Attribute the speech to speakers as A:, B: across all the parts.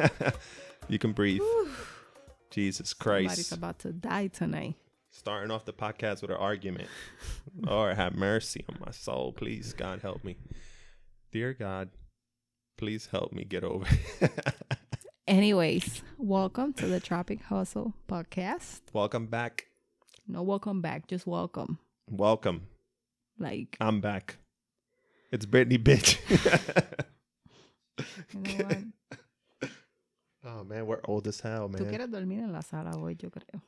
A: you can breathe. Jesus
B: Somebody's
A: Christ.
B: about to die tonight.
A: Starting off the podcast with an argument. Lord, have mercy on my soul. Please, God, help me. Dear God, please help me get over. it.
B: Anyways, welcome to the Tropic Hustle podcast.
A: welcome back.
B: No welcome back, just welcome.
A: Welcome.
B: Like,
A: I'm back. It's Brittany, bitch.
B: you know what?
A: oh, man, we're old as hell,
B: Tú
A: man.
B: quieres dormir en la sala hoy, yo creo.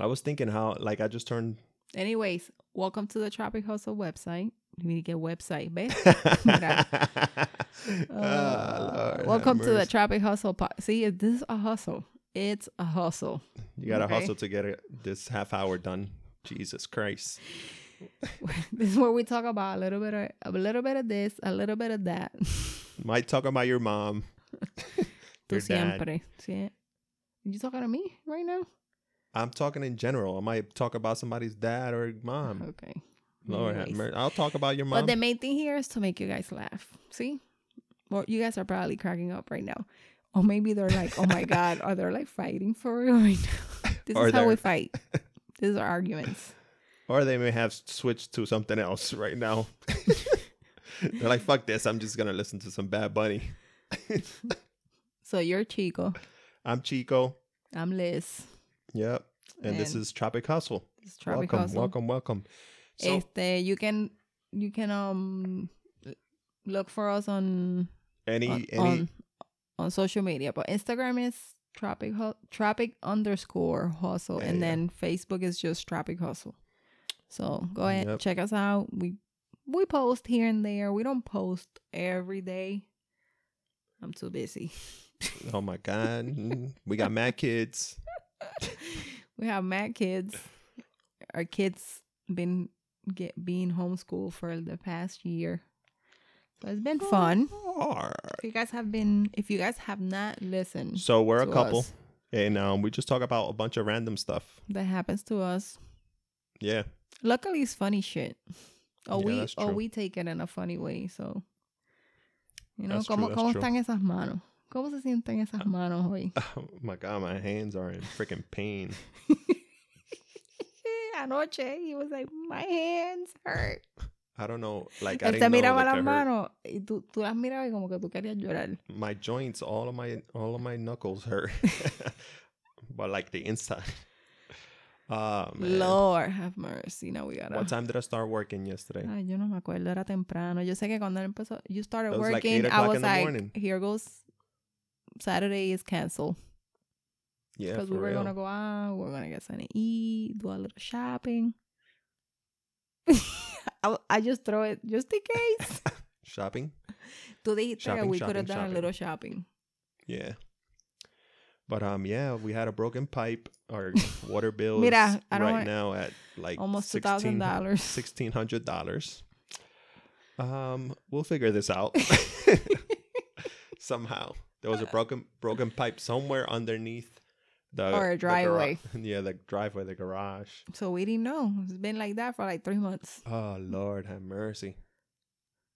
A: I was thinking how, like, I just turned.
B: Anyways, welcome to the Tropic Hustle website. You need to get website, babe.
A: Ah, Lord, have
B: welcome to the
A: mercy.
B: Tropic Hustle podcast. See, it- this is a hustle. It's a hustle.
A: You gotta
B: Okay.
A: hustle to get it, this half hour done. Jesus Christ.
B: this is where we talk about a little bit of a little bit of this, a little bit of that.
A: Might talk about your mom.
B: Tú
A: Your dad.
B: siempre. Sie- you talking to me right now?
A: I'm talking in general. I might talk about somebody's dad or mom.
B: Okay.
A: Um, Lord have
B: Anyways.
A: mercy. I'll talk about your mom.
B: But the main thing here is to make you guys laugh. See? Well, you guys are probably cracking up right now. Or maybe they're like, oh my God, or they're like fighting for real right now. This
A: Or
B: is how we
A: they're-
B: fight. These are arguments.
A: or they may have switched to something else right now. They're like, fuck this. I'm just gonna listen to some Bad Bunny.
B: So you're Chico.
A: I'm Chico.
B: I'm Liz.
A: Yep. And, this
B: And
A: is Tropic Hustle.
B: This is Tropic
A: welcome,
B: Hustle.
A: welcome, welcome. So,
B: este, you can you can um look for us on
A: any
B: on,
A: any
B: Uh, on on social media, but Instagram is Tropic Hu- Tropic underscore Hustle,
A: Yeah,
B: and
A: yeah.
B: then Facebook is just Tropic Hustle. So go ahead,
A: Yep.
B: check us out. We we post here and there. We don't post every day. I'm too busy.
A: Oh my God. Mm. we got mad kids.
B: we have mad kids. Our kids been get being homeschooled for the past year, so it's been fun. If you guys have been, if you guys have not listened,
A: So we're a
B: To
A: couple,
B: us.
A: and um, we just talk about a bunch of random stuff.
B: that happens to us.
A: Yeah,
B: Luckily, it's funny shit. O
A: Yeah,
B: we
A: that's
B: o
A: true.
B: we take it in a funny way. So, you know,
A: That's true,
B: ¿cómo,
A: that's
B: cómo
A: true. Ah.
B: están esas manos? ¿Cómo se sienten esas manos hoy?
A: oh my God, my hands are in freaking pain.
B: Anoche, he was like, my hands hurt.
A: I don't know, like I
B: Él te
A: didn't know,
B: miraba
A: like, I
B: las
A: hurt-
B: manos y tú, tú las mirabas y como que tú querías llorar.
A: My joints, all of my all of my knuckles hurt, but like the inside. Oh man,
B: Lord have mercy. Now we gotta.
A: what time did I start working yesterday?
B: Ay, yo no me acuerdo, era temprano. Yo sé que cuando él empezó, you started
A: It was like
B: working,
A: eight
B: I
A: o'clock
B: was
A: in the
B: like,
A: morning.
B: here goes, Saturday is canceled.
A: Yeah,
B: because
A: for
B: we were
A: real.
B: gonna go out, we are gonna get something to eat, do a little shopping. I, I just throw it just in case.
A: shopping.
B: Tú dijiste que
A: Shopping,
B: we could have
A: shopping,
B: done a
A: shopping.
B: little shopping.
A: Yeah. But um, yeah, we had a broken pipe. Our water bill
B: Mira,
A: is
B: I don't
A: right
B: want-
A: now at like
B: Almost two
A: 16
B: thousand dollars.
A: sixteen hundred dollars. Um, we'll figure this out somehow. There was a broken broken pipe somewhere underneath the
B: Or a
A: the
B: driveway.
A: gara- yeah, the driveway, the garage.
B: So we didn't know. It's been like that for like three months.
A: Oh Lord, have mercy!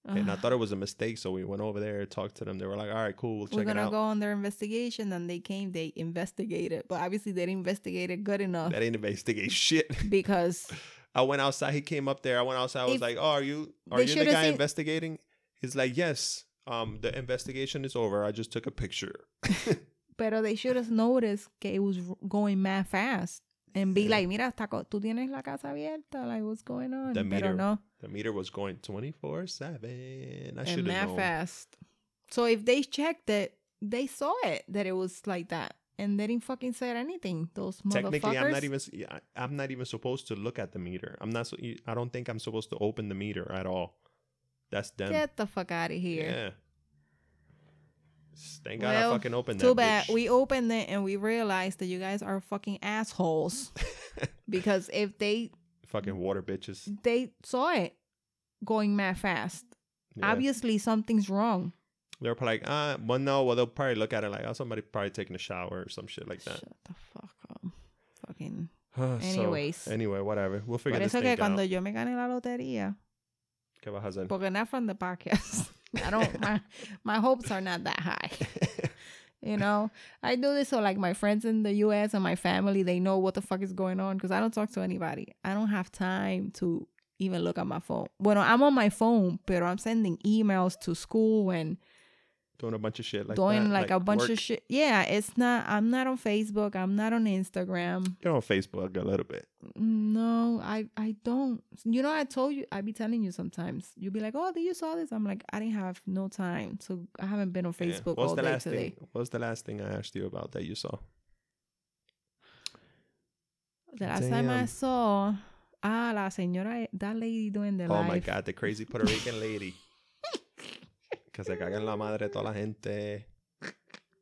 A: And I thought it was a mistake, so we went over there, talked to them. They were like, "All right, cool, we'll
B: we're
A: check it
B: gonna
A: out."
B: go on their investigation, and they came. They investigated, but obviously they didn't investigate it good enough
A: That ain't investigate shit.
B: because
A: I went outside. He came up there. I went outside. I was
B: If-
A: like, "Oh, are you are
B: they
A: you the
B: should've
A: guy
B: seen-
A: investigating?" He's like, "Yes. Um, the investigation is over. I just took a picture."
B: Pero they should have noticed que it was r- going mad fast. And be
A: Yeah.
B: like, mira, está co- tú tienes la casa abierta. Like, what's going on?
A: The
B: Pero
A: meter
B: no.
A: The meter was going 24 7. I
B: And
A: should have
B: mad
A: known.
B: fast. So if they checked it, they saw it, that it was like that. And they didn't fucking say anything. Those motherfuckers.
A: Technically, I'm not even s- yeah, I- I'm not even supposed to look at the meter. I'm not. So, you- I don't think I'm supposed to open the meter at all. That's them.
B: Get the fuck out of here.
A: Yeah. S- Thank God
B: Well,
A: I fucking opened that.
B: Too bad.
A: bitch.
B: We opened it and we realized that you guys are fucking assholes. because if they
A: fucking water bitches.
B: they saw it going mad fast,
A: Yeah.
B: obviously something's wrong.
A: They're probably like, ah, well, no, well, they'll probably look at it like, oh, somebody probably taking a shower or some shit like that.
B: Shut the fuck up. Fucking.
A: So,
B: Anyways.
A: anyway, whatever. We'll figure
B: Por
A: this
B: eso
A: thing
B: que
A: out.
B: cuando yo me gané la lotería,
A: ¿Qué vas a hacer?
B: porque not from the podcast. I don't my my hopes are not that high. You know, I do this so like my friends in the U.S. and my family they know what the fuck is going on because I don't talk to anybody. I don't have time to even look at my phone. Well, I'm on my phone, but I'm sending emails to school and
A: Doing a bunch of shit like
B: doing
A: that,
B: like, a bunch
A: work.
B: of shit. Yeah, it's not. I'm not on Facebook. I'm not on Instagram.
A: You're on Facebook a little bit.
B: No, I I don't. You know, I told you. I be telling you sometimes. You be like, "Oh, did you saw this?" I'm like, I didn't have no time, so I haven't been on
A: Yeah.
B: Facebook
A: What's
B: all
A: the
B: day
A: last
B: today.
A: Thing, what's the last thing I asked you about that you saw?
B: The last time I
A: Damn.
B: saw, ah, la señora, that lady doing the
A: Oh
B: live.
A: my god, the crazy Puerto Rican lady. Que se caga en la madre toda la gente.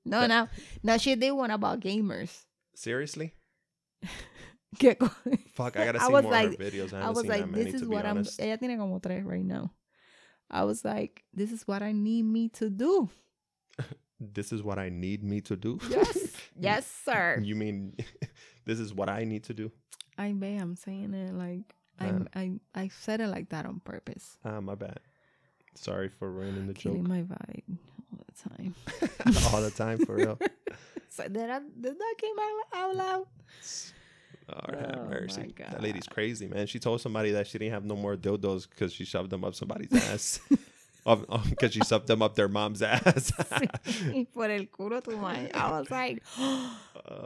B: No, no, no, she did one about gamers.
A: Seriously?
B: Que co-
A: Fuck, I gotta
B: I
A: see
B: was
A: more
B: like-
A: of her videos. I haven't
B: I was
A: seen that
B: like,
A: many
B: this is
A: to be
B: what I'm.
A: honest.
B: Ella tiene como tres right now. I was like, this is what I need me to do.
A: This is what I need me to do.
B: Yes, yes, sir.
A: You mean this is what I need to do?
B: I bet I'm saying it like I'm, I I said it like that on purpose,
A: Ah, my bad. Sorry for ruining the
B: killing
A: joke
B: my vibe all the time.
A: all the time for real.
B: So did I did that came out, out loud?
A: Lord have
B: Oh my
A: mercy. That lady's
B: God.
A: crazy, man. She told somebody that she didn't have no more dildos because she shoved them up somebody's ass. Because she shoved them up their mom's ass. Oh
B: Por el culo tu madre. I was like, oh,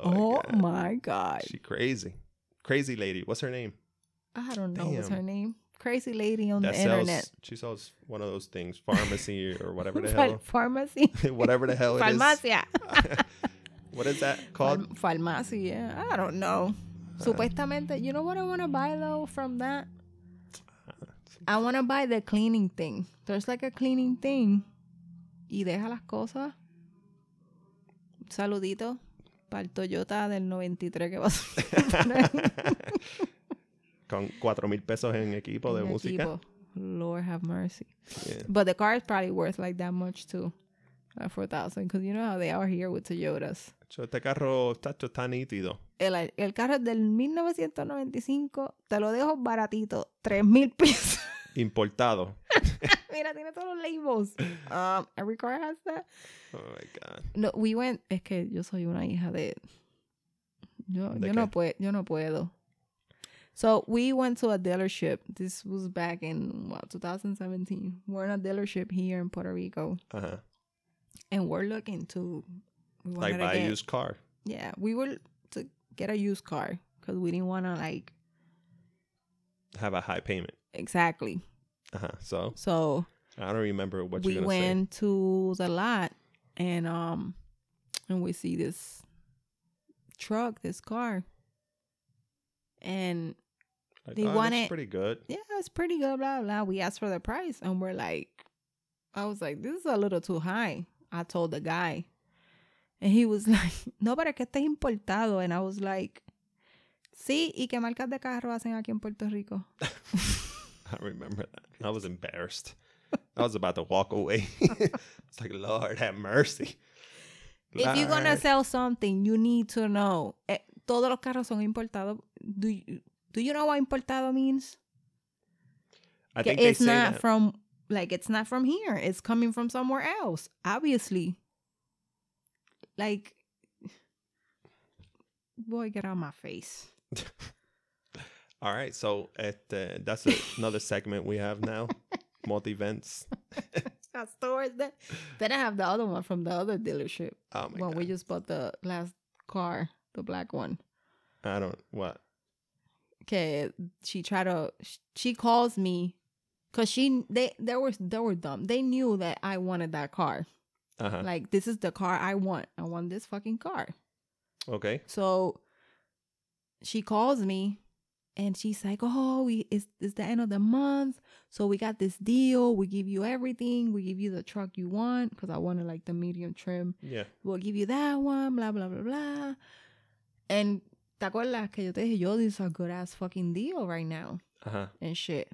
A: oh, my God.
B: my god.
A: She crazy. Crazy lady. What's her name?
B: I don't know what's
A: Damn.
B: her name. Crazy lady on
A: that
B: the
A: sells
B: internet.
A: she sells one of those things, pharmacy or whatever the
B: Ph-
A: hell.
B: Pharmacy.
A: whatever the hell it is.
B: Farmacia.
A: what is that called?
B: Farm- Farmacia. I don't know.
A: Uh,
B: Supuestamente, you know what I want to buy though from that?
A: uh,
B: I want to buy the cleaning thing. There's like a cleaning thing. Y deja las cosas. Un saludito para el Toyota del 93 que vas a comprar.
A: Con cuatro mil pesos en equipo de
B: en
A: música.
B: equipo. Lord have mercy.
A: Yeah.
B: But the car is probably worth like that much too. Like 4,000. Because you know how they are here with Toyotas.
A: Cho, Este carro tacho, está nítido.
B: El, el carro es del 1995. Te lo dejo baratito. 3,000 pesos.
A: Importado.
B: Mira, tiene todos los labels. Um, every car has that.
A: Oh my God.
B: No, we went. Es que yo soy una hija de. Yo,
A: ¿De
B: yo, no
A: qué?
B: puedo, yo no puedo. So we went to a dealership. This was back in what 2017. We're in a dealership here in Puerto Rico,
A: Uh-huh.
B: and we're looking to we
A: Like
B: wanted to
A: buy a
B: get-
A: used car.
B: Yeah, we were to get a used car because we didn't want to like
A: Have a high payment.
B: exactly.
A: Uh-huh. So
B: So
A: I don't remember what
B: we
A: you're gonna
B: went to the lot and um and we see this truck this car and
A: say. Like,
B: they
A: "Oh, it
B: want
A: looks
B: it-
A: pretty good.
B: yeah it's pretty good blah blah we asked for the price and we're like i was like this is a little too high i told the guy and he was like no para que estés importado and i was like sí y qué marcas de carro hacen aquí en puerto rico
A: I remember that. I was embarrassed. I was about to walk away. it's like, Lord have mercy.
B: If you're gonna
A: Lord.
B: sell something, you need to know. Eh, todos los carros son importados. Do you, do you know what importado means?
A: I
B: Que
A: think they
B: it's
A: say
B: not
A: that.
B: from like it's not from here. It's coming from somewhere else. Obviously. Like boy, get out my face.
A: All right, so at uh, that's a, another segment we have now, multi events.
B: That stores that. Then I have the other one from the other dealership
A: Oh my
B: when we
A: god,
B: just bought the last car, the black one.
A: I don't what.
B: okay she tried to she calls me because she they they were they were dumb they knew that i wanted that car
A: Uh huh.
B: like this is the car i want i want this fucking car
A: Okay.
B: so she calls me and she's like oh we it's, it's the end of the month so we got this deal we give you everything we give you the truck you want because i wanted like the medium trim
A: Yeah.
B: we'll give you that one, blah, blah, blah, blah. And ¿te acuerdas que yo te dije, yo, this is a good ass fucking deal right now
A: Uh huh.
B: and shit.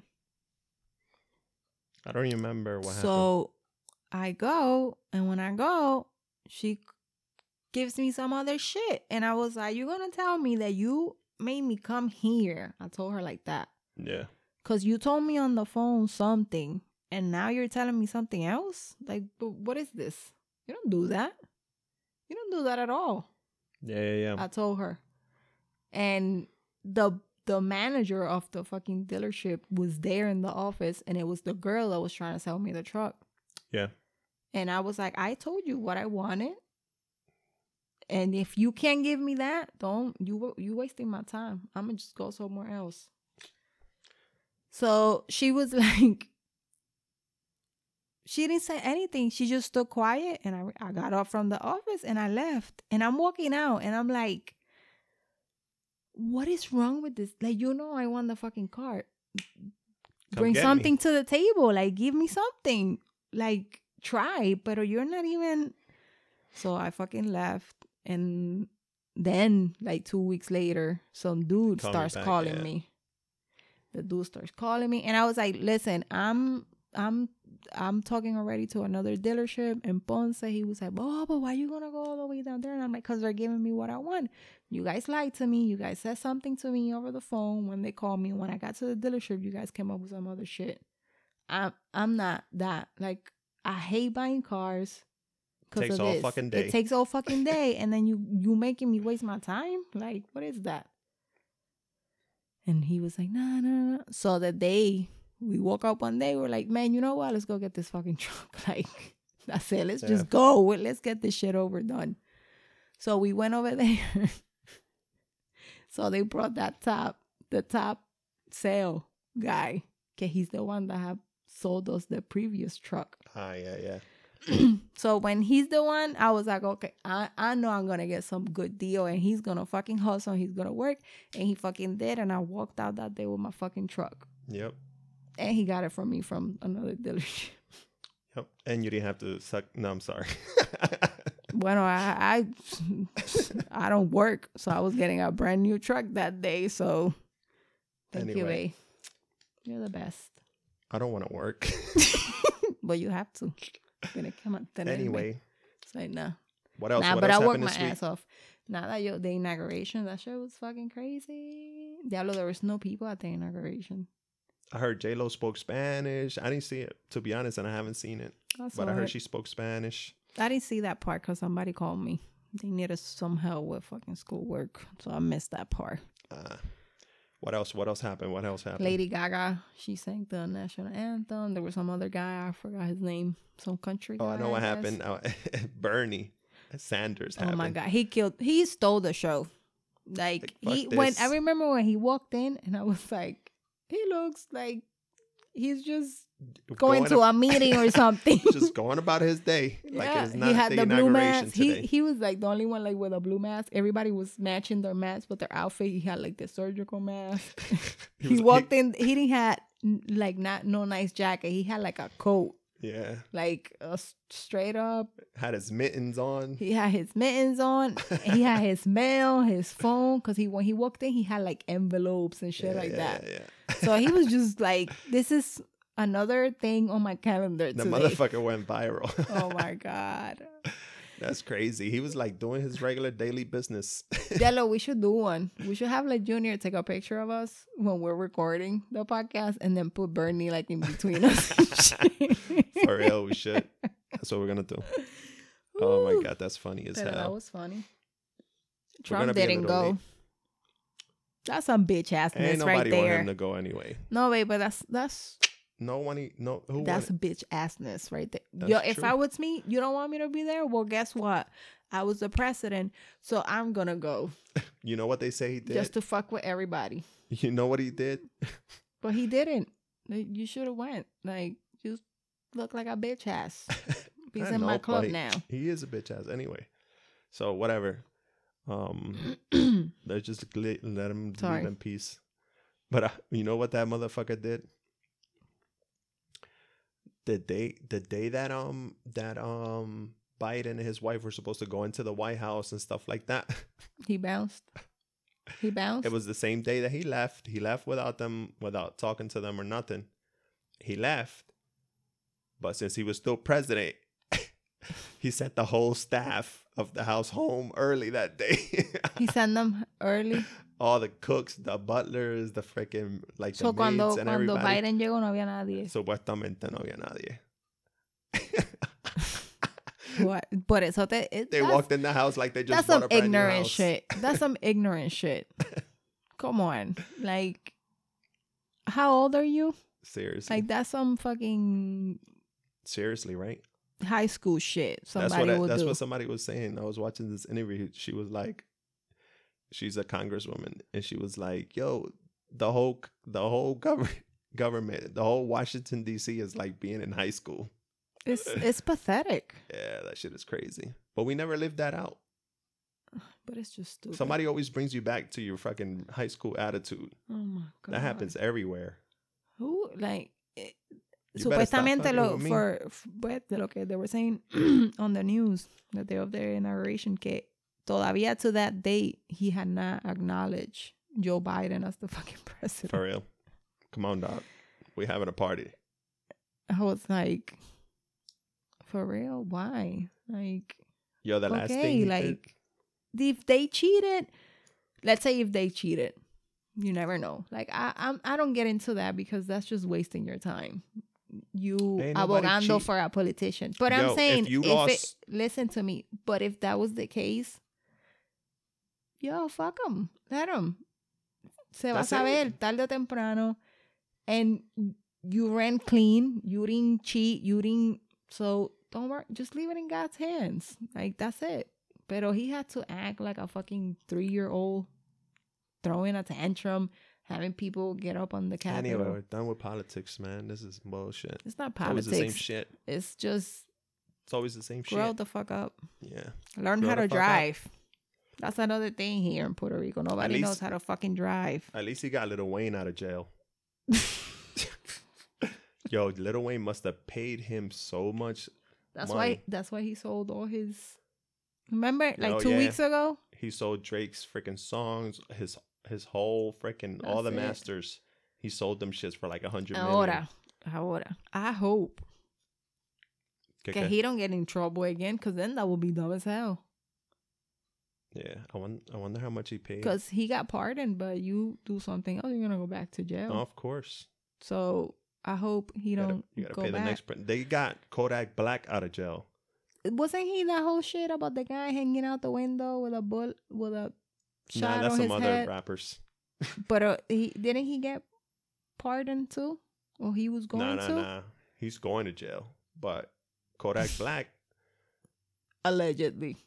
A: I don't remember what happened.
B: so I go, and when I go, she gives me some other shit. And I was like, you're going to tell me that you made me come here. I told her like that.
A: Yeah.
B: Because you told me on the phone something. and now you're telling me something else? Like, but what is this? You don't do that. You don't do that at all.
A: Yeah, yeah, yeah.
B: I told her. And the the manager of the fucking dealership was there in the office and it was the girl that was trying to sell me the truck.
A: Yeah.
B: And I was like, I told you what I wanted. And if you can't give me that, don't you wa- you wasting my time. I'm gonna just go somewhere else. So she was like, she didn't say anything. She just stood quiet, and I I got off from the office and I left. And I'm walking out, and I'm like, what is wrong with this? Like, you know, I want the fucking car.
A: Come
B: Bring
A: get me.
B: something to the table. Like, give me something. Like, try, but you're not even. So I fucking left. And then, like, two weeks later, some dude
A: Call me
B: starts
A: back,
B: calling
A: yeah.
B: me. The dude starts calling me. And I was like, listen, I'm. I'm I'm talking already to another dealership in Ponce. He was like, "Oh, but why you gonna go all the way down there?" And I'm like, "Cause they're giving me what I want." You guys lied to me. You guys said something to me over the phone when they called me. When I got to the dealership, you guys came up with some other shit. I'm I'm not that. Like I hate buying cars. 'cause
A: Takes
B: of
A: all
B: this.
A: fucking day.
B: It takes all fucking day, and then you you making me waste my time. Like what is that? And he was like, nah, nah, nah. So the day we woke up one day, we're like, man, you know what? Let's go get this fucking truck. Like that's it. Let's
A: Yeah.
B: just go. Let's get this shit over done. So we went over there. so they brought that top, the top sale guy, que he's the one that had sold us the previous truck.
A: Ah, yeah, yeah.
B: so when he's the one, I was like, okay, I, I know I'm gonna get some good deal, and he's gonna fucking hustle, and he's gonna work, and he fucking did, and I walked out that day with my fucking truck,
A: Yep.
B: and he got it from me from another dealership.
A: Yep. And you didn't have to suck. No, I'm sorry.
B: Bueno, I I, I don't work, so I was getting a brand new truck that day. So thank you,
A: Anyway.
B: A. You're the best,
A: I don't want to work.
B: but you have to. Tiene que mantenerme.
A: anyway,
B: it's like nah,
A: what else?
B: nah.
A: what
B: but
A: else
B: I worked
A: happened
B: my
A: this week?
B: ass off. Now that yo, the inauguration, that shit was fucking crazy. Diablo, there was no people at the inauguration.
A: I heard J Lo spoke Spanish. I didn't see it to be honest, and I haven't seen it.
B: I,
A: but
B: saw
A: I heard
B: it.
A: she spoke Spanish.
B: I didn't see that part because somebody called me. They needed some help with fucking schoolwork, so I missed that part.
A: Uh, what else? What else happened? What else happened?
B: Lady Gaga, she sang the national anthem. There was some other guy, I forgot his name, some country.
A: Oh, I
B: guy,
A: know what
B: guess.
A: happened. Uh, Bernie Sanders
B: Oh
A: happened.
B: my god, he killed. He stole the show. Like
A: Like,
B: he
A: fuck
B: when
A: this.
B: I remember when he walked in, and I was like, he looks like he's just going, to
A: ab-
B: a meeting or something.
A: just going about his day like
B: Yeah,
A: it's not
B: he had
A: the,
B: the, blue
A: inauguration
B: mask. He
A: today.
B: he was like the only one like with a blue mask. Everybody was matching their mask with their outfit. He had like the surgical mask.
A: He
B: he,
A: was-
B: walked in. He didn't had like not no nice jacket. He had like a coat,
A: yeah,
B: like a s- straight up.
A: had his mittens on.
B: He had his mittens on. he had his mail, his phone, because he when he walked in, he had like envelopes and shit like
A: Yeah,
B: that.
A: Yeah,
B: So he was just like, "This is another thing on my calendar
A: the
B: today."
A: motherfucker went viral.
B: Oh my god,
A: That's crazy. He was like doing his regular daily business.
B: Dello, we should do one. We should have like Junior take a picture of us when we're recording the podcast, and then put Bernie like in between us.
A: For real, we should. That's what we're gonna do. Oh my
B: Woo.
A: god, that's funny as
B: Pero uh, that
A: hell.
B: was funny.
A: gonna
B: Trump
A: be a
B: didn't
A: little
B: go.
A: late.
B: That's some bitch
A: Ain't
B: assness right
A: nobody want him
B: there.
A: to go anyway.
B: No way, but that's that's
A: No one. e- No who.
B: that's
A: wanted-
B: bitch assness right there.
A: That's
B: Yo, if
A: true.
B: I was me, you don't want me to be there. Well, guess what? I was the president, so I'm gonna go
A: you know what they say he did.
B: just to fuck with everybody.
A: you know what he did.
B: But he didn't. Like, you should have went. Like just look like a bitch ass. He's
A: I
B: in my
A: know,
B: club
A: but
B: now.
A: He is a bitch ass anyway. So whatever. Um. Let's just gl- let him
B: Sorry.
A: leave in peace. But uh, you know what that motherfucker did? The day, the day that um that um Biden and his wife were supposed to go into the White House and stuff like that,
B: he bounced. He bounced.
A: it was the same day that he left. He left without them, without talking to them or nothing. He left, but since he was still president, He sent the whole staff of the house home early that day.
B: He sent them early.
A: All the cooks, the butlers, the freaking like
B: So
A: the maids
B: cuando,
A: and
B: cuando
A: everybody.
B: Biden llegó no había nadie.
A: Supuestamente no había nadie.
B: What? Por eso te. It,
A: They
B: that's
A: walked in the house like they just
B: that's
A: bought
B: some
A: a brand new
B: ignorant
A: house.
B: shit. That's some ignorant shit. Come on, like, how old are you?
A: Seriously,
B: Like that's some fucking
A: seriously, right?
B: high school shit. Somebody
A: that's what I-
B: will
A: that's
B: do.
A: what somebody was saying. I was watching this interview. She was like, she's a congresswoman, and she was like, "Yo, the whole the whole government government, the whole Washington D.C. is like being in high school.
B: It's it's pathetic,
A: Yeah, that shit is crazy. But we never lived that out.
B: but it's just stupid.
A: Somebody always brings you back to your fucking high school attitude.
B: Oh my god.
A: That happens everywhere.
B: Who like eh,
A: You better stop
B: supuestamente
A: fucking
B: lo
A: with me.
B: for f- but de lo que they were saying on the news the day of their inauguration que todavía to that date he had not acknowledged Joe Biden as the fucking president.
A: For real. Come on, dog. We having a party.
B: I was like, for real? Why? Like
A: Yo, the last thing
B: okay,
A: he did-
B: like if they cheated, let's say if they cheated, you never know. Like I, I'm, I don't get into that because that's just wasting your time. You
A: Ain't nobody
B: abogando
A: cheat.
B: for a politician, but
A: Yo,
B: I'm
A: if
B: saying
A: you
B: if
A: lost-
B: it, listen to me. But if that was the case, yo, fuck them, let them. Se va a
A: That's it.
B: saber tarde o temprano, and you ran clean. You didn't cheat. You didn't. So don't worry. Just leave it in God's hands. Like that's it. Pero he had to act like a fucking three year old, throwing a tantrum, having people get up on the Capitol.
A: Anyway, we're done with politics, man. This is bullshit.
B: It's not
A: It's always the same
B: politics.
A: shit.
B: It's just
A: It's always the same shit.
B: grow the fuck up.
A: Yeah.
B: Learn
A: Grow
B: how
A: the
B: to
A: fuck up.
B: drive. That's another thing here in Puerto Rico. Nobody knows
A: least-
B: how to fucking drive.
A: At least he got Little Wayne out of jail. Yo, Little Wayne must have paid him so much.
B: That's
A: Money.
B: why. That's why he sold all his. Remember, like
A: Oh,
B: two
A: yeah.
B: weeks ago.
A: He sold Drake's freaking songs, his his whole freaking all the
B: That's it.
A: masters. He sold them shits for like a hundred million.
B: Ahora, ahora. I hope
A: Que-
B: that
A: que-
B: he don't get in trouble again, cause then that would be dumb as hell.
A: Yeah, I wonder, I wonder how much he paid.
B: Cause he got pardoned, but you do something else, you're gonna go back to jail.
A: Oh, of course.
B: So I hope he
A: You gotta,
B: don't
A: you gotta
B: go
A: pay
B: back.
A: the next. prin- They got Kodak Black out of jail.
B: Wasn't he that whole shit about the guy hanging out the window with a bull with a
A: nah,
B: shot
A: that's
B: on his
A: some other
B: head?
A: rappers.
B: But uh, he didn't he get pardoned too, or he was going
A: Nah, nah,
B: to
A: nah. He's going to jail. But Kodak Black,
B: allegedly.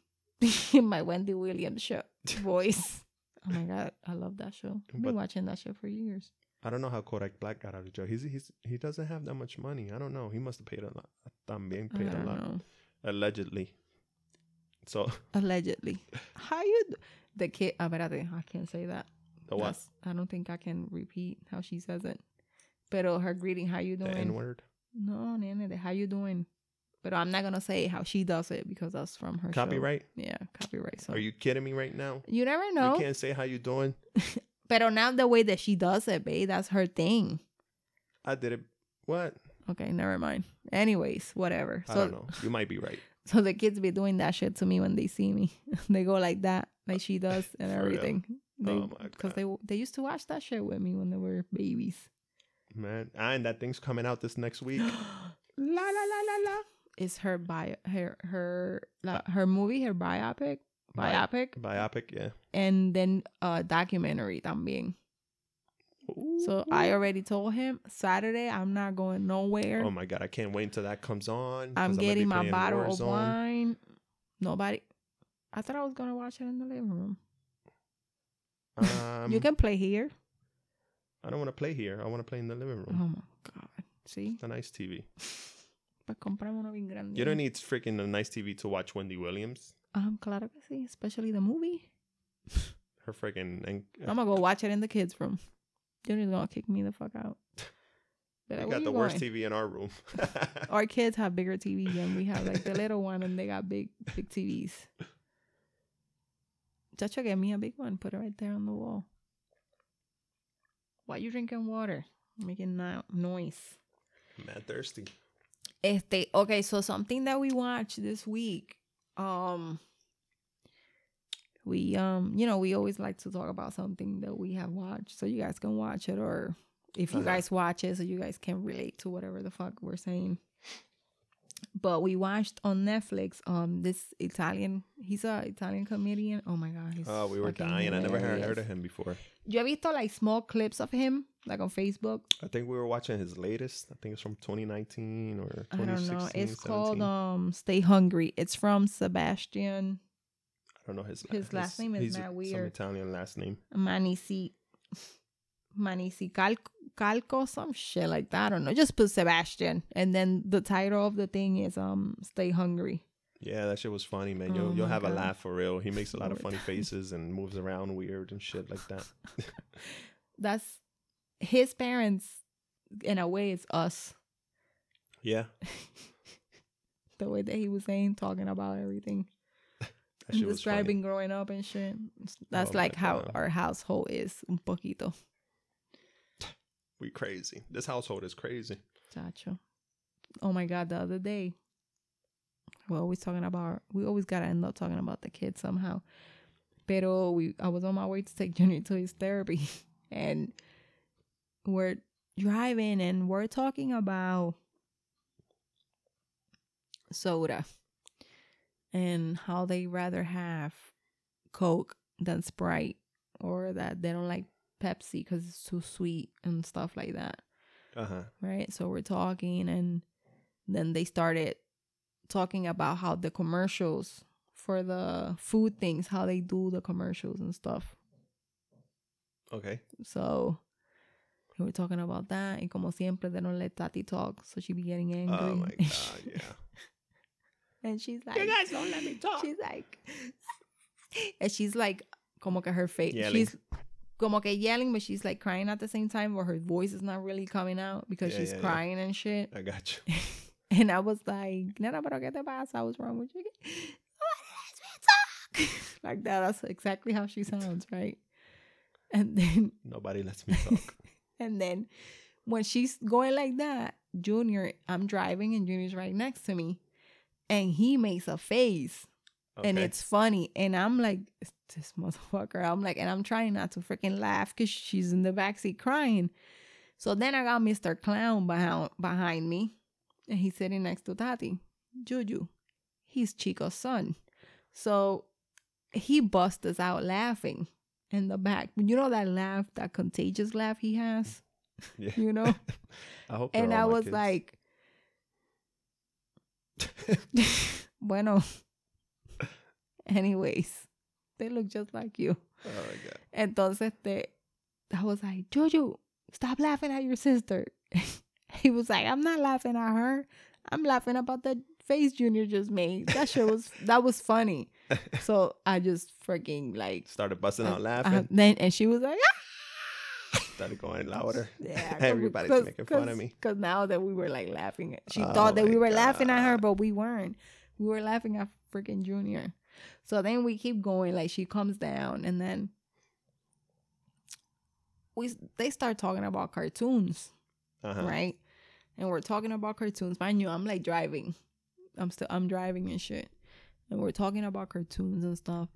B: My Wendy Williams show voice. Oh my god, I love that show. I've been
A: But-
B: watching that show for years.
A: I don't know how Kodak Black got out of jail. He's he's he doesn't have that much money. I don't know. He must have paid a lot. También
B: I
A: paid a
B: don't
A: lot
B: know.
A: allegedly. So
B: Allegedly. How you d- the kid ah, espérate, I can't say that.
A: the what?
B: That's- I don't think I can repeat how she says it. Pero her greeting, how you
A: The
B: doing?
A: N word.
B: No, nene, the how you doing? But I'm not gonna say how she does it because that's from her show.
A: Copyright?
B: Yeah, copyright. So
A: Are you kidding me right now?
B: You never know.
A: You can't say how you doing.
B: Pero now the way that she does it, babe, that's her thing.
A: I did it. What?
B: Okay, never mind. Anyways, whatever.
A: I
B: so
A: don't know. You might be right.
B: So the kids be doing that shit to me when they see me. they go like that, like she does, and
A: For real?
B: everything. They,
A: Oh my
B: Because they they used to watch that shit with me when they were babies.
A: Man, and that thing's coming out this next week.
B: la la la la la. It's her bio, her her la, her movie, her biopic,
A: Bi-
B: biopic,
A: Biopic, yeah.
B: and then uh documentary también. So I already told him Saturday I'm not going nowhere.
A: Oh my god, I can't wait until that comes on. 'cause
B: I'm
A: gonna be
B: getting my
A: playing
B: bottle of
A: Warzone.
B: wine. Nobody. I thought I was gonna watch it in the living room.
A: Um,
B: you can play here.
A: I don't want to play here. I want to play in the living
B: Oh
A: room.
B: my god. See?
A: It's a nice TV.
B: Pues compramos uno bien grande.
A: You don't need freaking a nice TV to watch Wendy Williams.
B: Um, claro que sí, especially the movie.
A: Her freaking and uh,
B: I'm gonna go watch it in the kids' room. Junior's gonna kick me the fuck out. Be
A: we
B: like, "Where
A: got
B: you
A: the worst
B: going?"
A: TV in our room.
B: Our kids have bigger TVs than we have. Like the little one, and they got big, big TVs. Chacho, get me a big one. Put it right there on the wall. Why you drinking water? Making no- noise.
A: Mad thirsty.
B: Este, okay, so something that we watched this week. Um we um, you know, we always like to talk about something that we have watched so you guys can watch it or if you
A: Uh-huh.
B: guys watch it so you guys can relate to whatever the fuck we're saying. But we watched on Netflix um this Italian he's a Italian comedian. Oh my god, he's
A: Oh, we were
B: fucking
A: dying. I never heard,
B: hilarious.
A: heard of him before.
B: You have visto like small clips of him, like on Facebook?
A: I think we were watching his latest. I think it's from 2019 or
B: I
A: 2016.
B: don't know. It's called
A: 17.
B: um Stay Hungry. It's from Sebastian
A: I don't know his
B: his last name is
A: he's
B: mad
A: Some
B: weird.
A: Italian last name.
B: Manisi Manisi Cal- Calco, some shit like that. I don't know. Just put Sebastian. And then the title of the thing is um Stay Hungry.
A: Yeah, that shit was funny, man. You'll
B: Oh
A: you'll
B: my
A: have a
B: God.
A: laugh for real. He makes a lot
B: Lord.
A: of funny faces and moves around weird and shit like that.
B: That's his parents in a way it's us.
A: Yeah,
B: The way that he was saying, talking about everything.
A: that shit was funny.
B: describing growing up and shit. That's
A: Oh my
B: like how
A: God.
B: our household is un poquito.
A: We crazy. This household is crazy.
B: Chacho. Oh my god, the other day. We're always talking about we always gotta end up talking about the kids somehow. Pero we I was on my way to take Junior to his therapy and we're driving and we're talking about soda and how they rather have Coke than Sprite or that they don't like Pepsi because it's too sweet and stuff like that
A: Uh huh.
B: right? So we're talking, and then they started talking about how the commercials for the food things, how they do the commercials and stuff.
A: Okay.
B: So we were talking about that, and como siempre, they don't let Tati talk, so she be getting angry.
A: Oh my god. Yeah.
B: and she's like,
A: guys don't let me talk.
B: She's like, and she's like, como que her face,
A: Yelling.
B: she's como que yelling, but she's like crying at the same time, but her voice is not really coming out because
A: Yeah,
B: she's
A: yeah, yeah.
B: crying and shit.
A: I got you.
B: And I was like, Nana, pero qué te pasa? What's wrong with you? like that. That's exactly how she sounds, right? And then,
A: Nobody lets me talk.
B: and then when she's going like that, Junior, I'm driving and Junior's right next to me. And he makes a face
A: Okay.
B: and it's funny. And I'm like, this motherfucker. I'm like, and I'm trying not to freaking laugh because she's in the backseat crying. So then I got Mr. Clown behind behind me, and he's sitting next to Tati, Juju. He's Chico's son. So he busts us out laughing in the back. You know that laugh, that contagious laugh he has,
A: yeah.
B: you know?
A: I hope. they're
B: and
A: all
B: I
A: my
B: was
A: kids.
B: like, bueno. Anyways, they look just like you.
A: Oh my god.
B: Entonces, te, I was like, Juju, stop laughing at your sister. he was like, I'm not laughing at her. I'm laughing about that face Junior just made. That shit was that was funny. So I just freaking like
A: Started busting out
B: uh,
A: laughing.
B: then and she was like, "Ah!"
A: Started going louder.
B: yeah,
A: Everybody's making fun of me.
B: Because now that we were like laughing, at- she
A: Oh
B: thought that
A: my
B: we were laughing at her, but we weren't. We were laughing at freaking Junior. So then we keep going. Like she comes down, and then we they start talking about cartoons,
A: Uh huh.
B: right? And we're talking about cartoons. Mind you, I'm like driving. I'm still I'm driving and shit, and we're talking about cartoons and stuff,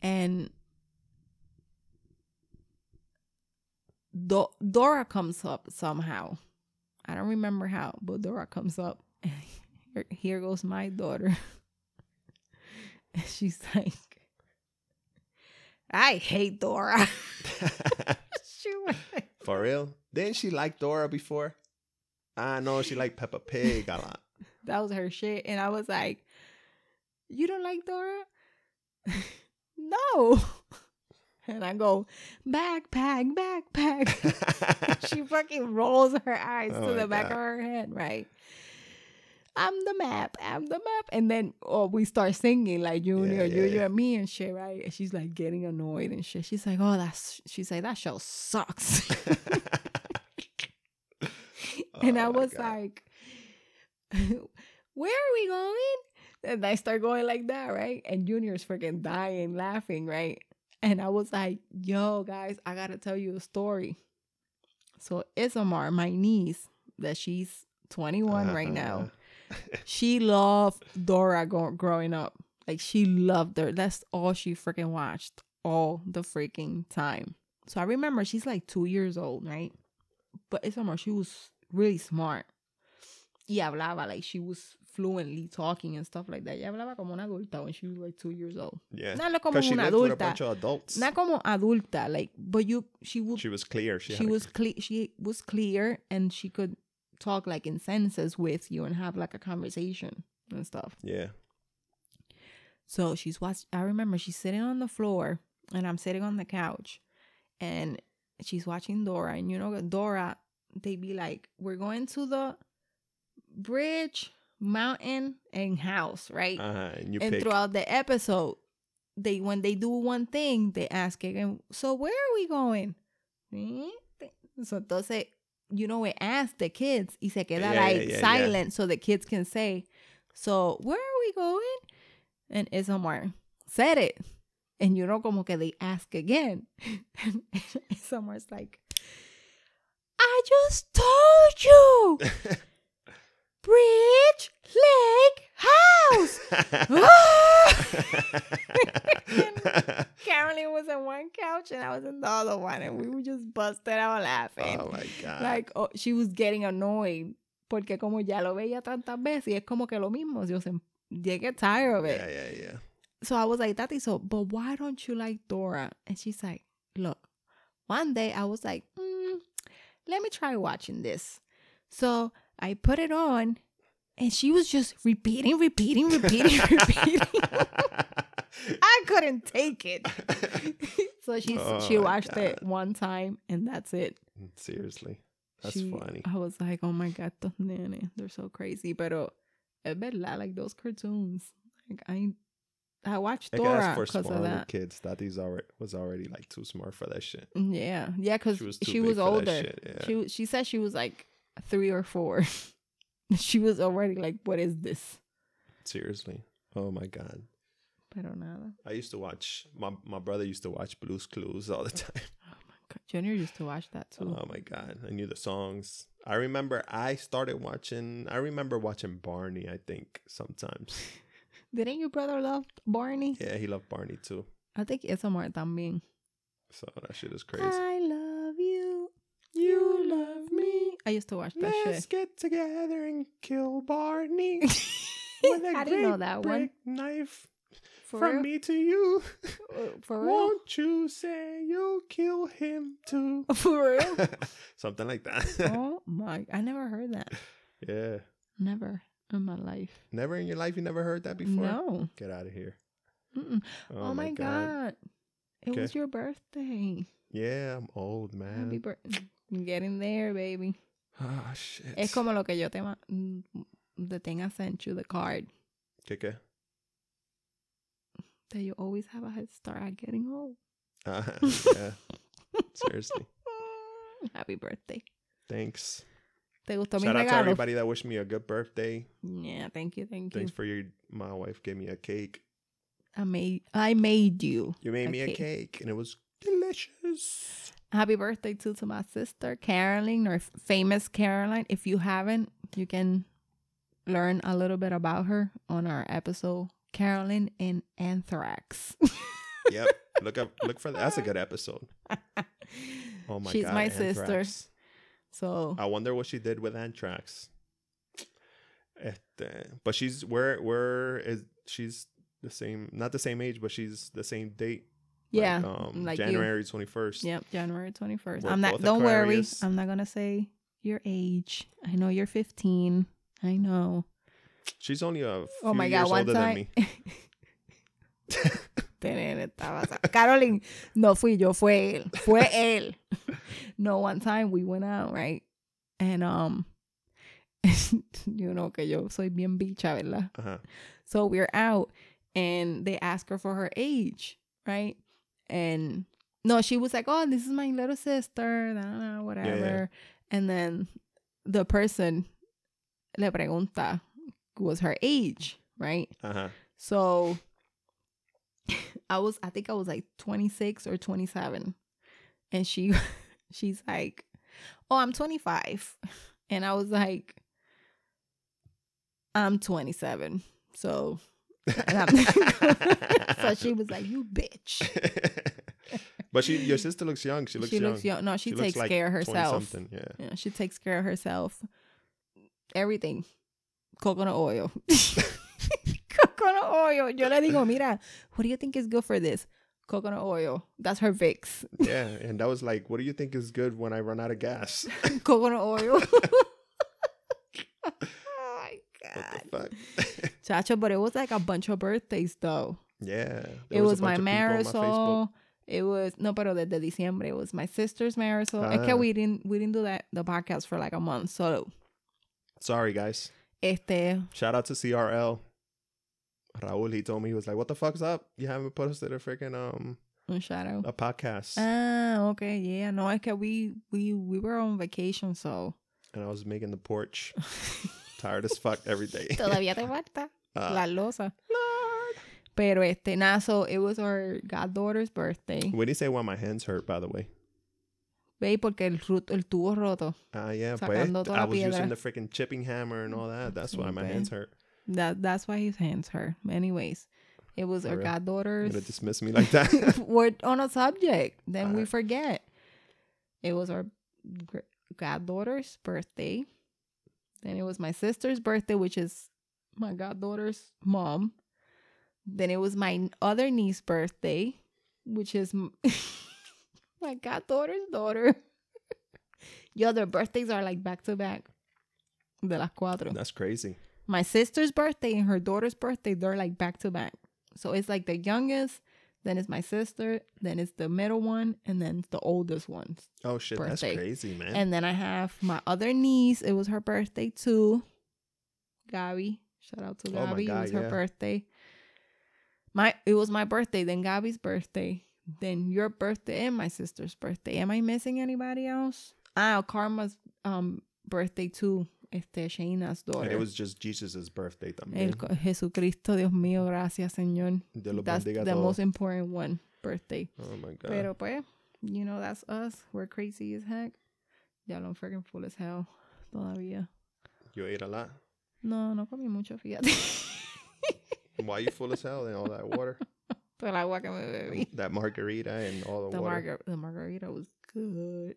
B: and. Do- Dora comes up somehow. I don't remember how, but Dora comes up. And here, here goes my daughter. and she's like, I hate Dora. she was like,
A: For real? Didn't she like Dora before? I know she liked Peppa Pig a lot.
B: that was her shit. And I was like, You don't like Dora? no. And I go, backpack, backpack. she fucking rolls her eyes
A: Oh
B: to
A: my
B: the back
A: God.
B: of her head, right? I'm the map, I'm the map. And then oh, we start singing like Junior,
A: yeah,
B: Junior
A: yeah.
B: and me and shit, right? And she's like getting annoyed and shit. She's like, oh, that's, she's like, that show sucks. and
A: Oh
B: I
A: my
B: was
A: God.
B: like, where are we going? And I start going like that, right? And Junior's freaking dying laughing, right? And I was like, yo, guys, I gotta tell you a story. So Isamar, my niece, that she's 21 right now,
A: Uh-huh.
B: she loved Dora go- growing up. Like she loved her. That's all she freaking watched all the freaking time. So I remember she's like two years old, right? But it's almost she was really smart. Y hablaba like she was fluently talking and stuff like that. Y hablaba como una adulta when she was like two years old.
A: Yeah.
B: No, no como
A: Because she
B: una
A: lived with a
B: adulta.
A: bunch of adults.
B: Not como adulta, like, but you, she would
A: She was clear. She,
B: she,
A: had a-
B: was clear she was clear and she could talk like in sentences with you and have like a conversation and stuff
A: yeah.
B: so she's watch i remember she's sitting on the floor and i'm sitting on the couch and she's watching dora and you know dora they be like we're going to the bridge mountain and house right
A: Uh-huh. And you
B: and
A: pick.
B: throughout the episode they when they do one thing they ask again so where are we going Eh, th- so entonces you know it asks the kids y se queda
A: Yeah, yeah,
B: like
A: yeah, yeah.
B: silent so the kids can say so where are we going and it's somewhere said it and you know como que they ask again and somewhere's like i just told you bridge lake house Carolyn was on one couch and I was on the other one, and we were just busted out laughing.
A: oh my god.
B: like oh, she was getting annoyed porque como ya lo veía tantas veces y es como que lo mismo, yo se, they get tired of it.
A: yeah, yeah, yeah.
B: So I was like, Tati, so but why don't you like Dora? And she's like, look, one day I was like, mm, let me try watching this. So I put it on. And she was just repeating, repeating, repeating, repeating. I couldn't take it. so she
A: Oh
B: she
A: my
B: watched it one time and that's it.
A: Seriously, that's
B: She-
A: funny.
B: I was like, oh my god, those nene, they're so crazy. But es verdad, like those cartoons. Like I, I watched
A: I guess
B: Dora
A: for
B: because of
A: smaller
B: that.
A: kids, Tati's already was already like too smart for that shit.
B: Yeah, yeah, because
A: She was too
B: she
A: big
B: was
A: for that
B: older.
A: shit, yeah.
B: She was- she said she was like three or four. she was already like, what is this?
A: Seriously. Oh my god.
B: Pero nada.
A: I used to watch my my brother used to watch Blue's Clues all the time.
B: Oh my god, Junior used to watch that too.
A: Oh my god, I knew the songs. I remember I started watching. I remember watching Barney. I think sometimes.
B: Didn't your brother love Barney?
A: Yeah, he loved Barney too.
B: I think it's somewhere también.
A: So that shit is crazy.
B: I love you. You love me. I used to watch that
A: Let's
B: shit.
A: get together and kill Barney with a
B: How do you
A: great
B: know that one?
A: brick knife.
B: For
A: From
B: real?
A: me to you,
B: Uh, For real?
A: won't you say you'll kill him too?
B: For real?
A: Something like that.
B: oh my! I never heard that.
A: yeah.
B: Never in my life.
A: Never in your life you never heard that before.
B: No.
A: Get out of here.
B: Mm-mm. Oh, my god! It
A: Okay.
B: was your birthday.
A: Yeah, I'm old,
B: Happy
A: man.
B: birthday! Getting there, baby.
A: Ah, shit.
B: Es como lo que yo te ma- mm, the thing I sent you the card
A: Kike.
B: that you always have a head start at getting old.
A: Uh, yeah. Seriously.
B: Happy birthday.
A: Thanks.
B: ¿Te gustó mi
A: Shout out to
B: regalo?
A: everybody that wished me a good birthday.
B: Yeah, thank you, thank you.
A: Thanks for your. My wife gave me a cake.
B: I made I made you.
A: You made
B: A
A: me a
B: cake.
A: cake, and it was delicious.
B: Happy birthday too to my sister Caroline or famous Caroline. If you haven't, you can learn a little bit about her on our episode Caroline in Anthrax.
A: Yep. Look up. Look for that. That's a good episode. Oh my
B: She's
A: god.
B: my sister.
A: Anthrax.
B: So
A: I wonder what she did with Anthrax. Este, but she's where where is she's the same not the same age, but she's the same date.
B: yeah.
A: Like, um
B: like you.
A: January twenty first.
B: Yep, January 21st.
A: We're
B: I'm
A: both
B: not don't worry.
A: Aquarius.
B: I'm not going to say your age. I know you're 15. I know.
A: She's only a few
B: Oh my
A: years
B: god, one
A: older than
B: time.
A: me.
B: Tener estaba sa- Caroline, no fui yo, fue él, fue él. No, one time we went out, right? And um, you know que yo soy bien bicha, ¿verdad?
A: Uh-huh.
B: So we're out, and they ask her for her age, right? And no, she was like, "Oh, this is my little sister," da, da, da, whatever. And then the person le pregunta was her age, right?
A: Uh-huh.
B: So I was I think I was like 26 or 27. And she she's like, "Oh, I'm 25." And I was like, I'm 27. So, and I'm- so she was like, you bitch.
A: but she, your sister looks young. She looks
B: she
A: young.
B: looks young. No, she,
A: looks
B: takes
A: like
B: care of herself.
A: 20-something, Yeah.
B: Yeah, she takes care of herself. Everything. Coconut oil. Coconut oil. Yo le digo, mira, what do you think is good for this? Coconut oil. That's her Vicks.
A: Yeah. And that was like, what do you think is good when I run out of gas?
B: Coconut oil. oh my God.
A: What the fuck?
B: Chacho, but it was like a bunch of birthdays though.
A: yeah.
B: it
A: There
B: was,
A: a
B: my
A: bunch of people on
B: marisol. It was no, pero desde diciembre it was my sister's marisol. Es
A: Ah.
B: que we didn't we didn't do that the podcast for like a month. So
A: Facebook. Sorry, guys.
B: este
A: Shout out to CRL. Raul, he told me he was like, "What the fuck's up? You haven't posted a freaking um
B: un shout out.
A: a podcast."
B: Ah, okay, yeah. No, es que we we we were on vacation, so
A: and I was making the porch, tired as fuck every day.
B: todavía te falta
A: Uh,
B: la losa. Pero este nada, so it was our goddaughter's birthday.
A: When you say why my hands hurt, by the way,
B: Ve porque el ru- el tubo roto.
A: ah yeah, but
B: Sacando toda
A: I
B: la
A: was using
B: piedra.
A: the freaking chipping hammer and all that. That's why my
B: Sí,
A: hands
B: pues.
A: hurt.
B: That that's why his hands hurt. Anyways, it was
A: For
B: our
A: real?
B: goddaughter's
A: You're gonna dismiss me like that?
B: we're on a subject, then we
A: Alright.
B: forget. It was our gr- goddaughter's birthday. Then it was my sister's birthday, which is my goddaughter's mom. Then it was my n- other niece's birthday, which is m- my goddaughter's daughter. Yo, their birthdays are like back to back. De las cuatro.
A: That's crazy.
B: My sister's birthday and her daughter's birthday, they're like back to back. So it's like the youngest, then it's my sister, then it's the middle one, and then it's the oldest one.
A: Oh shit,
B: Birthday.
A: that's crazy, man.
B: And then I have my other niece. It was her birthday too. Gabby. Shout out to
A: Oh my
B: Gabby. it
A: God,
B: was her
A: yeah.
B: birthday. My it was my birthday, then Gabby's birthday, then your birthday and my sister's birthday. Am I missing anybody else? Ah, Karma's um birthday too. Este Shayna's daughter.
A: And it was just Jesus'
B: El
A: birthday también.
B: co- Jesucristo, Dios mío, gracias, Señor.
A: Dios los
B: that's
A: bendiga a
B: the
A: todos.
B: most important one, birthday.
A: Oh my god.
B: Pero pues, you know, that's us. We're crazy as heck. Y'all, I'm freaking full as hell. Todavía.
A: you ate a lot.
B: No, no comí mucho, fíjate.
A: Why you full as hell and all that water?
B: Todo el agua que me bebí.
A: that margarita and all the,
B: The,
A: water.
B: margar- the margarita was good.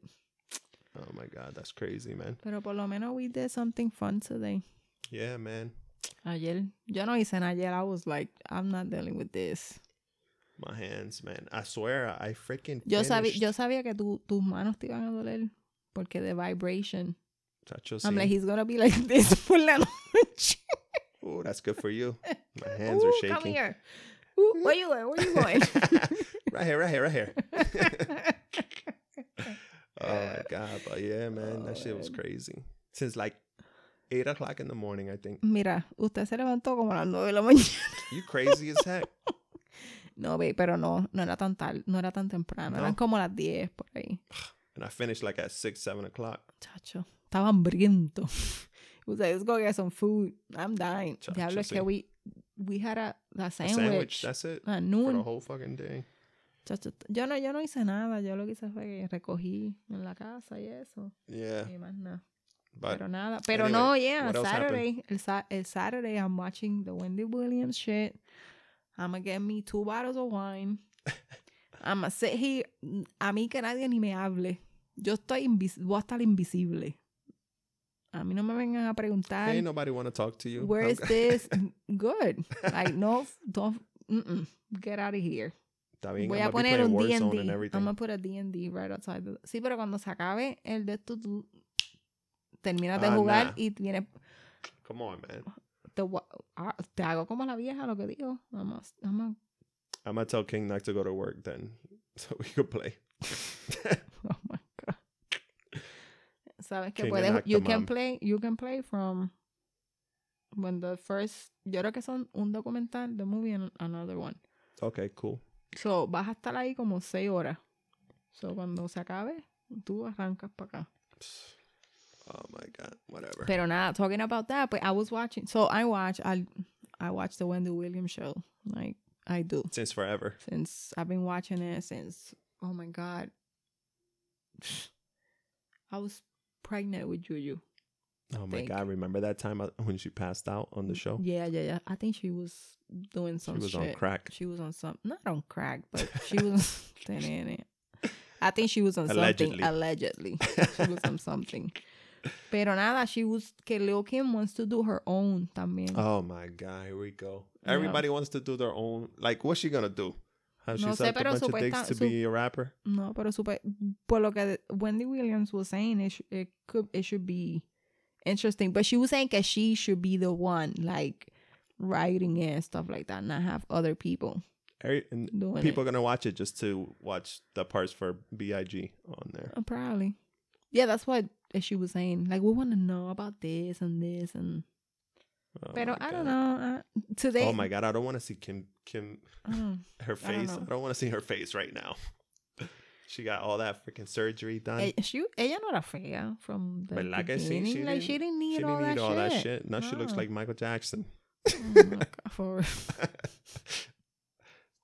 A: oh my god, that's crazy, man.
B: Pero por lo menos we did something fun today.
A: Yeah, man.
B: Ayer, yo no hice nada ayer. I was like, I'm not dealing with this.
A: My hands, man. I swear, I freaking.
B: Yo, sabía,
A: finished.
B: yo sabía que tu, tus manos te iban a doler porque de vibration.
A: Chacho,
B: I'm like,
A: sí.
B: he's gonna be like this for la noche.
A: Ooh, that's good for you. My hands are
B: Ooh,
A: shaking.
B: Come here. Ooh, where you going? Where you going?
A: right here, right here, right here. oh my god, but yeah, man, that shit was
B: Oh,
A: crazy. Since like eight o'clock in the morning, I think.
B: Mira, usted se levantó como a las 9 de la mañana.
A: You crazy as heck.
B: No, ve, pero no, no era tan tal, no era tan temprano. Eran
A: No.
B: como las 10 por ahí.
A: And I finished like at six, seven o'clock.
B: Chacho, estaba hambriento. It was like, let's go get some food. I'm dying.
A: Chacho,
B: Diablo, es que
A: sí.
B: we, we had a, a
A: A
B: sandwich. Mm.
A: That's it.
B: a
A: For the
B: noon.
A: whole fucking day.
B: Chacho, yo no, yo no hice nada. Yo lo que hice fue que recogí en la casa y eso.
A: Yeah,
B: Y más nada.
A: but
B: Pero nada. Pero
A: anyway,
B: no, yeah,
A: what else
B: Saturday. El, sa- el Saturday, I'm watching the Wendy Williams shit. I'm gonna get me two bottles of wine. I'm gonna sit here. A mí que nadie ni me hable. Yo estoy invis voy a estar invisible. A mí no me vengan a preguntar.
A: ain't nobody want to talk to you.
B: Where
A: I'm
B: is
A: g-
B: this? Good. Like, no, don't. Mm-mm, get out of here.
A: Está bien,
B: Voy
A: I'ma
B: a
A: be
B: poner
A: playing
B: un
A: Warzone and
B: D&D.
A: everything.
B: I'm gonna put a D&D right outside. the- Sí, pero cuando se acabe el de esto, tú terminas de
A: Ah,
B: jugar
A: nah.
B: y vienes...
A: Come on, man.
B: Te, voy a- ah, te hago como la vieja, lo que digo. I'm a- I'm a-
A: I'm gonna tell King not to go to work then, so we could play.
B: oh my God. Sabes que
A: King
B: puedes...
A: and
B: You
A: Octomom.
B: can, play, you can play from... When the first... Yo creo que son un documental, the movie, and another one.
A: okay, cool.
B: So, vas a estar ahí como seis horas. So, cuando se acabe, tú arrancas para acá.
A: Oh my god, whatever.
B: Pero nada, talking about that, but I was watching. So I watch, I, I watch the Wendy Williams show. Like I do
A: Since forever.
B: since I've been watching it since. Oh my god, I was pregnant with Juju.
A: Oh my
B: think.
A: god! Remember that time I- when she passed out on the show?
B: Mm, Yeah, yeah, yeah. I think she was doing
A: Oh. she
B: some
A: was
B: shit.
A: on crack.
B: She was on some not on crack, but she was in it. I think she was on
A: Allegedly.
B: something allegedly. She was on something. Pero nada, she was que Lil Kim wants to do her own también.
A: oh my god! Here we go.
B: Yeah.
A: Everybody wants to do their own. Like, what's she gonna do? How she
B: No sé,
A: sucked a
B: pero
A: bunch of dicks
B: supuesta-
A: to
B: su-
A: be a rapper?
B: No, pero super por lo que Wendy Williams was saying, it sh- it could it should be interesting. But she was saying that she should be the one like writing it and stuff like that, not have other people
A: Every- and
B: doing
A: people
B: it.
A: gonna watch it just to watch the parts for Big on there.
B: Uh, probably. Yeah, that's what she was saying. Like we want to know about this and this and.
A: Oh
B: But
A: my
B: I don't
A: God.
B: know. I, today.
A: oh my god! I don't want to see Kim Kim
B: Oh,
A: her
B: I don't
A: face. I
B: know.
A: don't, want to see her face right now. she got all that freaking surgery done.
B: eh, she, ella no era fea from the
A: But like I
B: beginning.
A: see, she
B: like she didn't
A: didn't-
B: need,
A: she
B: all,
A: didn't need
B: that
A: all that
B: shit.
A: shit. Now she looks
B: No.
A: like Michael Jackson.
B: Oh my God, for real.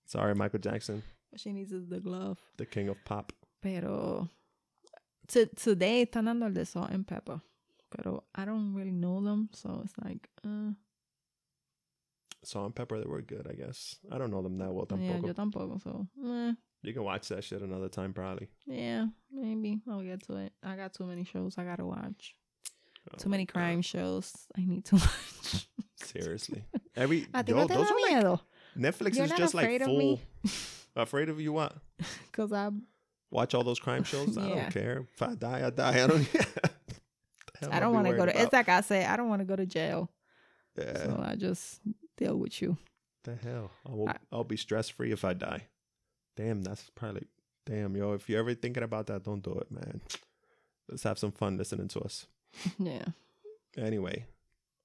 A: Sorry, Michael Jackson,
B: What she needs is the glove.
A: the king of pop.
B: Pero to, today están dando el de salt and pepper. Pero I don't really know them, so it's like, uh,
A: Salt and Pepper, they were good, I guess. I don't know them that well.
B: yeah, yo
A: Tampoco.
B: tampoco. So, eh,
A: You can watch that shit another time, probably.
B: yeah, maybe I'll get to it. I got too many shows I gotta watch.
A: Oh
B: Too
A: my
B: many
A: God.
B: crime shows I need to watch.
A: Seriously, every
B: I think
A: yo,
B: no te da
A: those are like
B: miedo.
A: Netflix
B: You're
A: is
B: not
A: just like
B: afraid of
A: full.
B: me?
A: afraid of you? What?
B: Cause I
A: Watch all those crime shows? I
B: Yeah.
A: don't care. If I die, I die. I don't.
B: I don't want to go to. It's
A: that.
B: like I said, I don't want to go to jail.
A: Yeah.
B: So I just deal with you.
A: The hell, I will,
B: I-
A: I'll be stress free if I die. Damn, that's probably damn yo. If you're ever thinking about that, don't do it, man. Let's have some fun listening to us.
B: Yeah.
A: Anyway,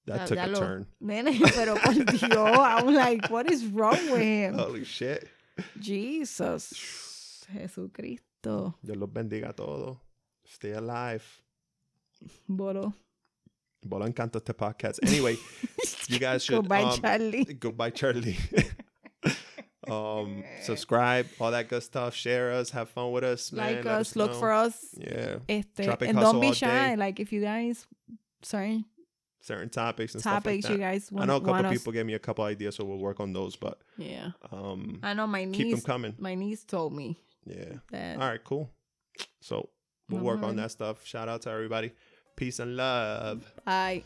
A: that
B: Ya-
A: took
B: ya
A: a
B: lo-
A: turn.
B: Man, pero por Dios, I'm like, what is wrong with him?
A: Holy shit!
B: Jesus. Jesucristo.
A: Dios los bendiga a todos. Stay alive.
B: Bolo.
A: Bola encanto este podcast. Anyway, you guys should
B: Goodbye,
A: um,
B: Charlie.
A: goodbye Charlie. um, subscribe, all that good stuff. Share us, have fun with us. Man.
B: Like
A: let
B: us, look
A: know.
B: for us.
A: Yeah,
B: Este,
A: Tropic
B: and
A: Hustle
B: don't be
A: all day.
B: shy. Like, if you guys, certain
A: certain topics and
B: topics
A: stuff like
B: you
A: that.
B: guys
A: I
B: want,
A: know a couple
B: want us.
A: people gave me a couple ideas, so we'll work on those. But
B: Yeah.
A: um,
B: I know my
A: keep them
B: niece,
A: coming.
B: my niece told me
A: Yeah.
B: that.
A: All right. Cool. So we'll
B: I'm
A: work on
B: already-
A: that stuff. Shout out to everybody. Peace and love.
B: I.